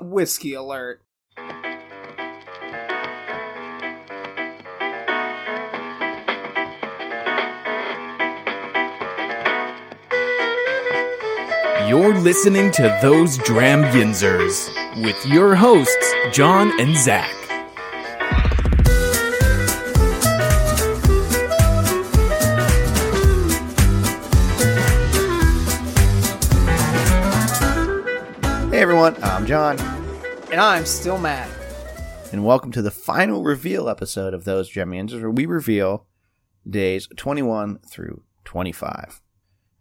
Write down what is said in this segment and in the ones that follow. whiskey alert. You're listening to Those Dramyinzers with your hosts, John and Zach. Hey everyone, I'm John, And I'm still mad. and welcome to the final reveal episode of Those Gemians, where we reveal days 21 through 25.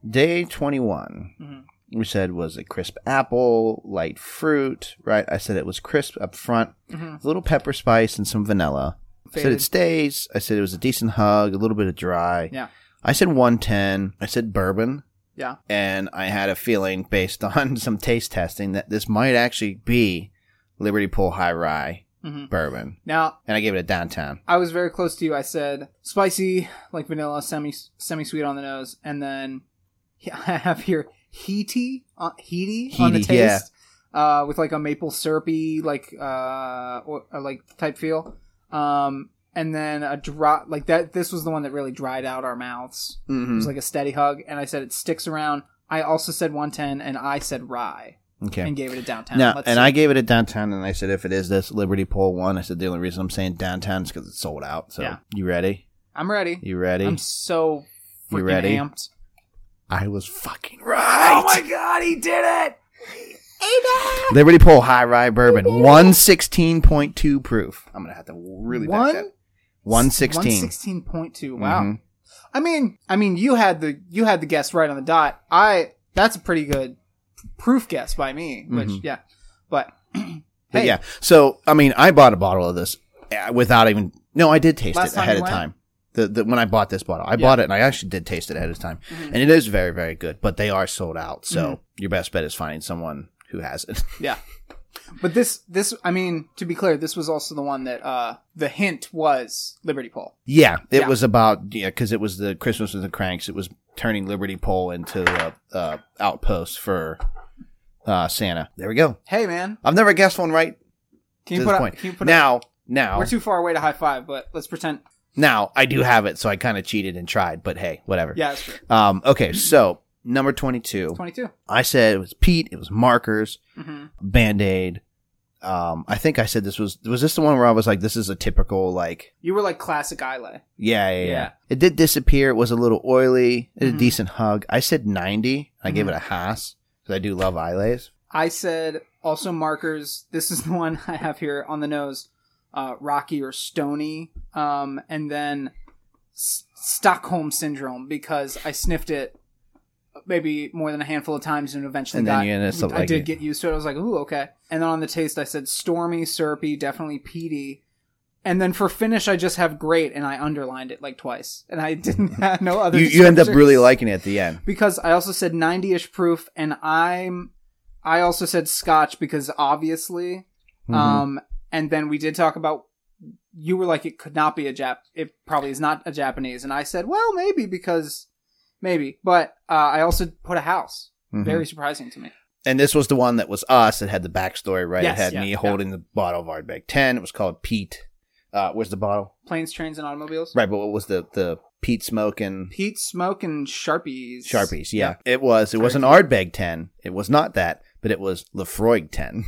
Day 21, Mm-hmm. we said was a crisp apple, light fruit, right? I said it was crisp up front, a little pepper spice, and some vanilla. I said Mm-hmm. Faded. it stays. I said it was a decent hug, a little bit of dry. Yeah. I said 110. I said bourbon. Yeah. and I had a feeling based on some taste testing that this might actually be Liberty Pool High Rye Mhm. bourbon. Now, And I gave it a downtown. I was very close to you. I said spicy, like vanilla, semi semi sweet on the nose, and then I have here heaty, uh, heaty on the Heaty, yeah. taste, uh, with like a maple syrupy, like uh, or, uh, like type feel. Um, and then a dry, like that. This was the one that really dried out our mouths. It Hmm. was like a steady hug, and I said it sticks around. I also said 110, and I said rye, Okay. and gave it a downtown. Now, Let's and see. I gave it a downtown, and I said, if it is this Liberty Pole one, I said, the only reason I'm saying downtown is because it's sold out. So, Yeah. you ready? I'm ready. You ready? I'm so You freaking ready? amped. I was fucking right. Oh god, he did it! Liberty Pole High Rye Bourbon, 116.2 proof. I'm going to have to really back One- that. 116. 116.2. Wow. Mhm. I mean, I mean, you had the you had the guess right on the dot. I that's a pretty good proof guess by me. Which Mhm. yeah, but But Hey. yeah, so I mean, I bought a bottle of this uh, without even. No, I did taste Last it time ahead you of went? time. The, the when I bought this bottle, I bought it and I actually did taste it ahead of time, Mm-hmm. and it is very very good. But they are sold out, so your best bet is finding someone who has it. yeah. But this this I mean, to be clear, this was also the one that uh the hint was Liberty Pole. yeah, it Yeah. was about yeah because it was the Christmas with the Cranks. It was turning Liberty Pole into the uh, outpost for uh, Santa. There we go. Hey man, I've never guessed one right can to you this put point. up, can you put up, now, now, we're too far away to high five, but let's pretend. now I do have it, so I kind of cheated and tried, but hey, whatever. Yeah, that's true. Um, okay, so number 22. Twenty two. I said it was Pete, it was markers, Mm-hmm. band aid. Um, I think I said this was, was this the one where I was like, this is a typical, like, You were like classic Islay. yeah, yeah, yeah. Yeah. It did disappear. It was a little oily. It had Mhm. a decent hug. I said 90. I gave Mhm. it a Haas because I do love eyelays. I said also markers. This is the one I have here on the nose, uh, rocky or stony, um, and then S- Stockholm syndrome because I sniffed it maybe more than a handful of times and eventually And then got. you ended up I like did it. get used to it. I was like, ooh, okay. And then on the taste, I said stormy, syrupy, definitely peaty. And then for finish, I just have great, and I underlined it like twice, and I didn't have no other. You, you end up descriptors really liking it at the end. because I also said 90ish proof and I'm I also said scotch because obviously Mhm. um and then we did talk about you were like it could not be a Jap it probably is not a Japanese and I said well maybe because maybe but uh, I also put a house Mhm. very surprising to me And this was the one that was us that had the backstory, right? Yes, it had yeah, me yeah. holding the bottle of Ardbeg 10. It was called Pete. Uh, where's the bottle? planes trains and automobiles Right, but what was the, the Pete smoke and Pete smoke and sharpies Sharpies, yeah. It was. It was an Ardbeg 10. It was not that, but it was Lefroy 10.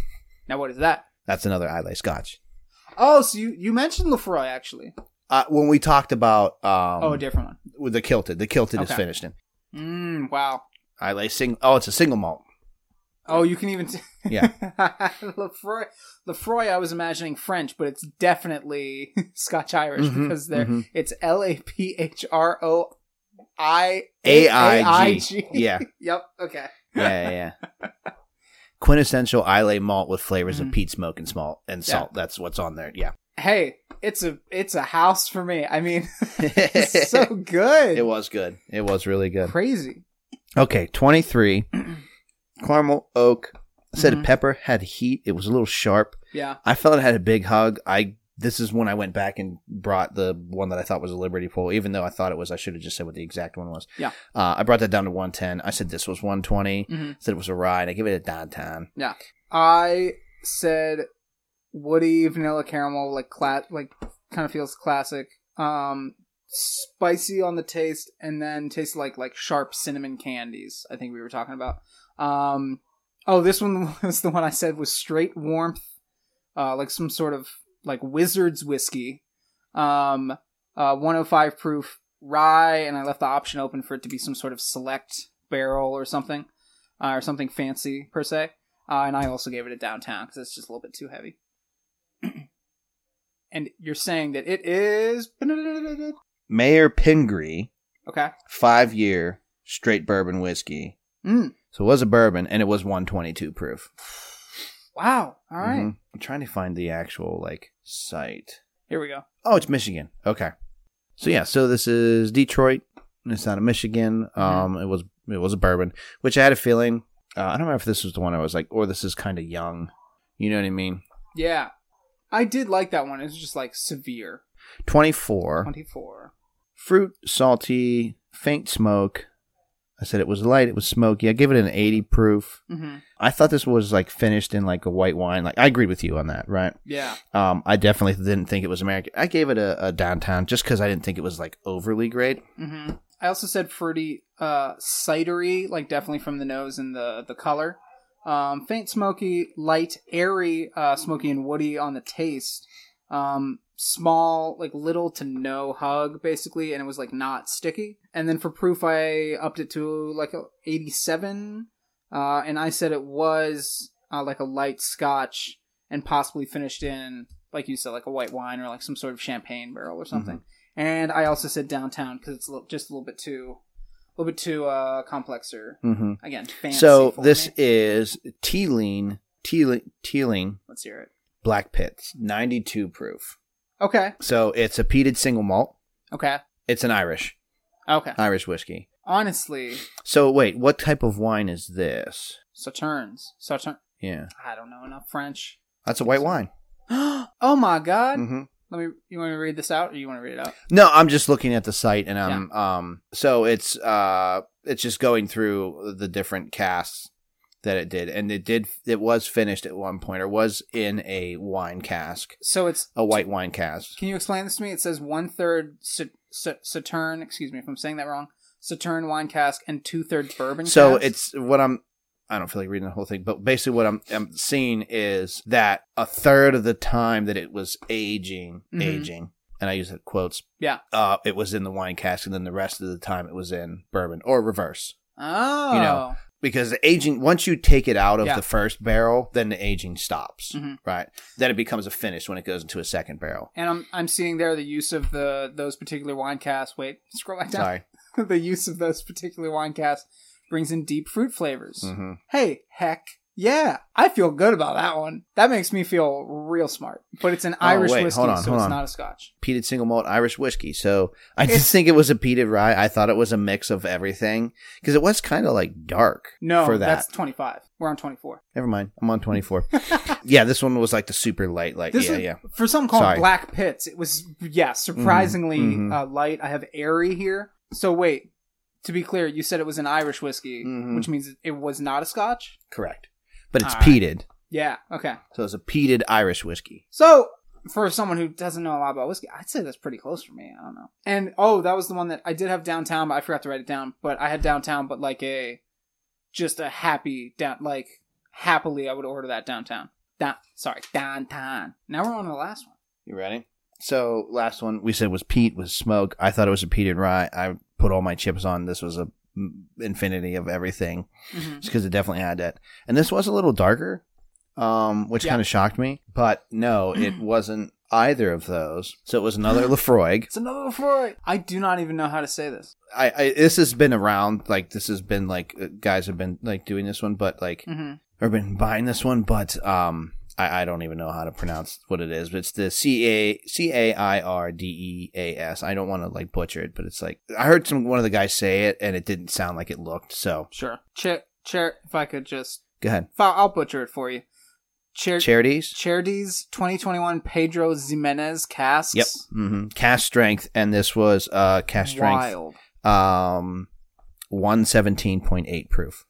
now what is that That's another Islay Scotch. oh so you you mentioned Lefroy actually Uh, when we talked about um, oh a different one with the Kilted, the Kilted is Okay. finished in. mm, wow Islay sing. Oh, it's a single malt. Oh, you can even. T- Yeah. Lefroy, Lefroy, I was imagining French, but it's definitely Scotch Irish Mhm, because they're, mhm. it's L A P H R O I A I G. Yeah. Yep. Okay. Yeah, yeah, yeah. Quintessential Islay malt with flavors Mm. of peat smoke and salt and Yeah. salt. That's what's on there. Yeah. Hey, it's a it's a house for me. I mean, it's so good. it was good. It was really good. crazy. Okay, 23. Caramel, oak. I said Mhm. pepper had heat. It was a little sharp. Yeah. I felt it had a big hug. I this is when I went back and brought the one that I thought was a Liberty pole, even though I thought it was. I should have just said what the exact one was. Yeah. Uh, I brought that down to 110. I said this was 120. Mhm. Said it was a ride. I give it a downtown. I said woody vanilla caramel like cla- like kind of feels classic. Um spicy on the taste and then tastes like like sharp cinnamon candies. I think we were talking about. Um oh, this one was the one I said was straight warmth uh like some sort of like wizard's whiskey. Um uh 105 proof rye and I left the option open for it to be some sort of select barrel or something uh, or something fancy per se. Uh, and I also gave it a downtown because it's just a little bit too heavy. and you're saying that it is Mayor Pingree, okay. five year straight bourbon whiskey. Mm. So it was a bourbon, and it was 122 proof. Wow. All right. Mhm. I'm trying to find the actual like site. Here we go. Oh, it's Michigan. Okay. So yeah, so this is Detroit. and It's out of Michigan. Um, it was it was a bourbon, which I had a feeling. Uh, I don't remember if this was the one I was like, or this is kind of young. You know what I mean? Yeah. I did like that one. It was just like severe. Twenty four. 24. Fruit, salty, faint smoke. I said it was light. It was smoky. I give it an eighty proof. hmm I thought this was like finished in like a white wine. Like I agreed with you on that, right? Yeah. Um, I definitely didn't think it was American. I gave it a, a downtown just because I didn't think it was like overly great. hmm I also said fruity, uh, cidery, like definitely from the nose and the, the color. Um, faint smoky, light, airy, uh, smoky and woody on the taste. Um, small, like little to no hug, basically, and it was like not sticky. And then for proof, I upped it to like a 87, uh, and I said it was uh, like a light scotch and possibly finished in, like you said, like a white wine or like some sort of champagne barrel or something. Mm-hmm. And I also said downtown because it's a little, just a little bit too, a little bit too uh, complex or Mm-hmm. again fancy. So for this me. is Teeling, Teeling, Teeling let's hear it. Black Pits, 92 proof. Okay, So it's a peated single malt. okay, It's an Irish, okay. Irish whiskey. Honestly, So wait, what type of wine is this? Sauternes, Sauternes. Yeah, I don't know enough French. that's a white wine. oh my god! hmm Let me. You want me to read this out, or you want to read it out? No, I'm just looking at the site, and I'm um. So it's uh, it's just going through the different casts that it did, and it did. It was finished at one point, or was in a wine cask, So it's. a white wine cask. Can you explain this to me? It says one third Sa- Sa- Saturn. Excuse me if I'm saying that wrong. Saturn wine cask and two thirds bourbon. So cask? it's what I'm. I don't feel like reading the whole thing, but basically what I'm, I'm seeing is that a third of the time that it was aging, Mhm. aging, and I use the quotes. Yeah. uh, it was in the wine cask, and then the rest of the time it was in bourbon or reverse. oh, you know, Because the aging, once you take it out of Yeah. the first barrel, then the aging stops, Mhm. right? Then it becomes a finish when it goes into a second barrel. and I'm I'm seeing there the use of the those particular wine casks. Wait, scroll back down. Sorry. the use of those particular wine casks brings in deep fruit flavors. hmm Hey, heck. Yeah, I feel good about that one. That makes me feel real smart. But it's an Irish Oh, wait, whiskey, hold on, so hold it's on. not a Scotch. peated single malt Irish whiskey. So I just It's- think it was a peated rye. I thought it was a mix of everything because it was kind of like dark. No, for that. that's 25. We're on 24. Never mind. I'm on 24. yeah, this one was like the super light, like This Uh, yeah, is, yeah. For some called Sorry. Black Pits, it was, yeah, surprisingly Mhm, mhm. Uh, light. I have airy here. So wait, to be clear, you said it was an Irish whiskey, Mhm. which means it was not a Scotch? Correct. But it's All right. peated, Yeah, okay. so it's a peated Irish whiskey. So, for someone who doesn't know a lot about whiskey, I'd say that's pretty close for me. I don't know. And oh, that was the one that I did have downtown, but I forgot to write it down. But I had downtown, but like a just a happy down, like happily, I would order that downtown. Down, sorry, downtown. Now we're on to the last one. You ready? So last one we said was peat was smoke. I thought it was a peated rye. I put all my chips on. This was a m- infinity of everything Mhm. just because it definitely had that. And this was a little darker, um, which Yeah. kind of shocked me. But no, it wasn't either of those. So it was another Lefroy. It's another Lefroy. I do not even know how to say this. I, I this has been around. Like this has been like uh, guys have been like doing this one, but like Mm-hmm. or been buying this one, but um, I, I don't even know how to pronounce what it is. But it's the C A C A I R D E A S. I don't want to like butcher it, but it's like I heard some one of the guys say it, and it didn't sound like it looked. So Sure. Chair, chair. If I could just, go ahead, if I- I'll butcher it for you. Chair, charities. Charities 2021 Pedro Ximenez casks. Yep. hmm Cast strength, and this was uh cast strength Wild. um one seventeen point eight proof.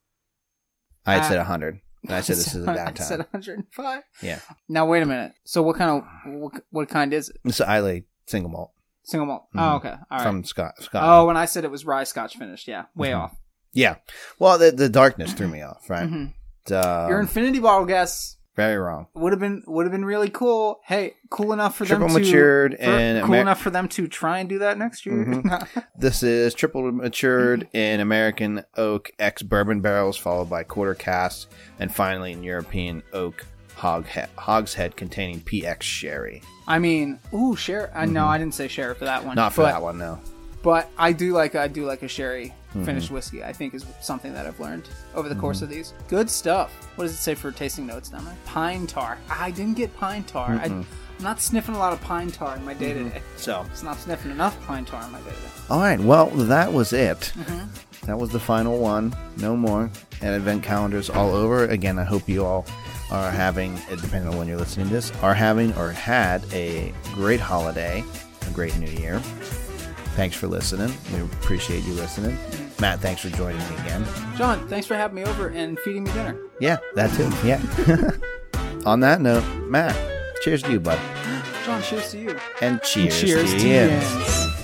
I had Ah. said hundred. And I said this is the I said downtime. 105. Yeah. Now wait a minute. So what kind of what, what kind is it? It's Islay single malt Single malt. Mhm. Oh, okay. All right. from Scott. Scotland. oh, when I said it was rye scotch finished, yeah, way Mhm. off. Yeah. Well, the, the darkness threw me off, right? Mhm. Um, Your infinity bottle guess very wrong. would have been would have been really cool. Hey, cool enough for Triple them to matured for- and cool Amer- Mm-hmm. enough for them to try and do that next year. This is triple matured Mm-hmm. in American oak ex bourbon barrels, followed by quarter casks, and finally in European oak hoghead, hogshead containing PX sherry. I mean, ooh, share. I no, I didn't say share for that one. Mm-hmm. Not for but, that one, no. But I do like I do like a sherry finished whiskey. I think is something that I've learned over the course of these. Good stuff. What does it say for tasting notes now? Pine tar. I didn't get pine tar. I, I'm not sniffing a lot of pine tar in my day to day. So, It's not sniffing enough pine tar in my day to day. all right. Well, that was it. That was the final one. No more. And event calendars all over. Again, I hope you all are having, uh, depending on when you're listening to this, are having or had a great holiday, a great new year. Thanks for listening. We appreciate you listening. Matt, thanks for joining me again. John, thanks for having me over and feeding me dinner. Yeah, that too. Yeah. on that note, Matt, cheers to you, bud. John, cheers to you. And cheers, cheers to, to you. Jens.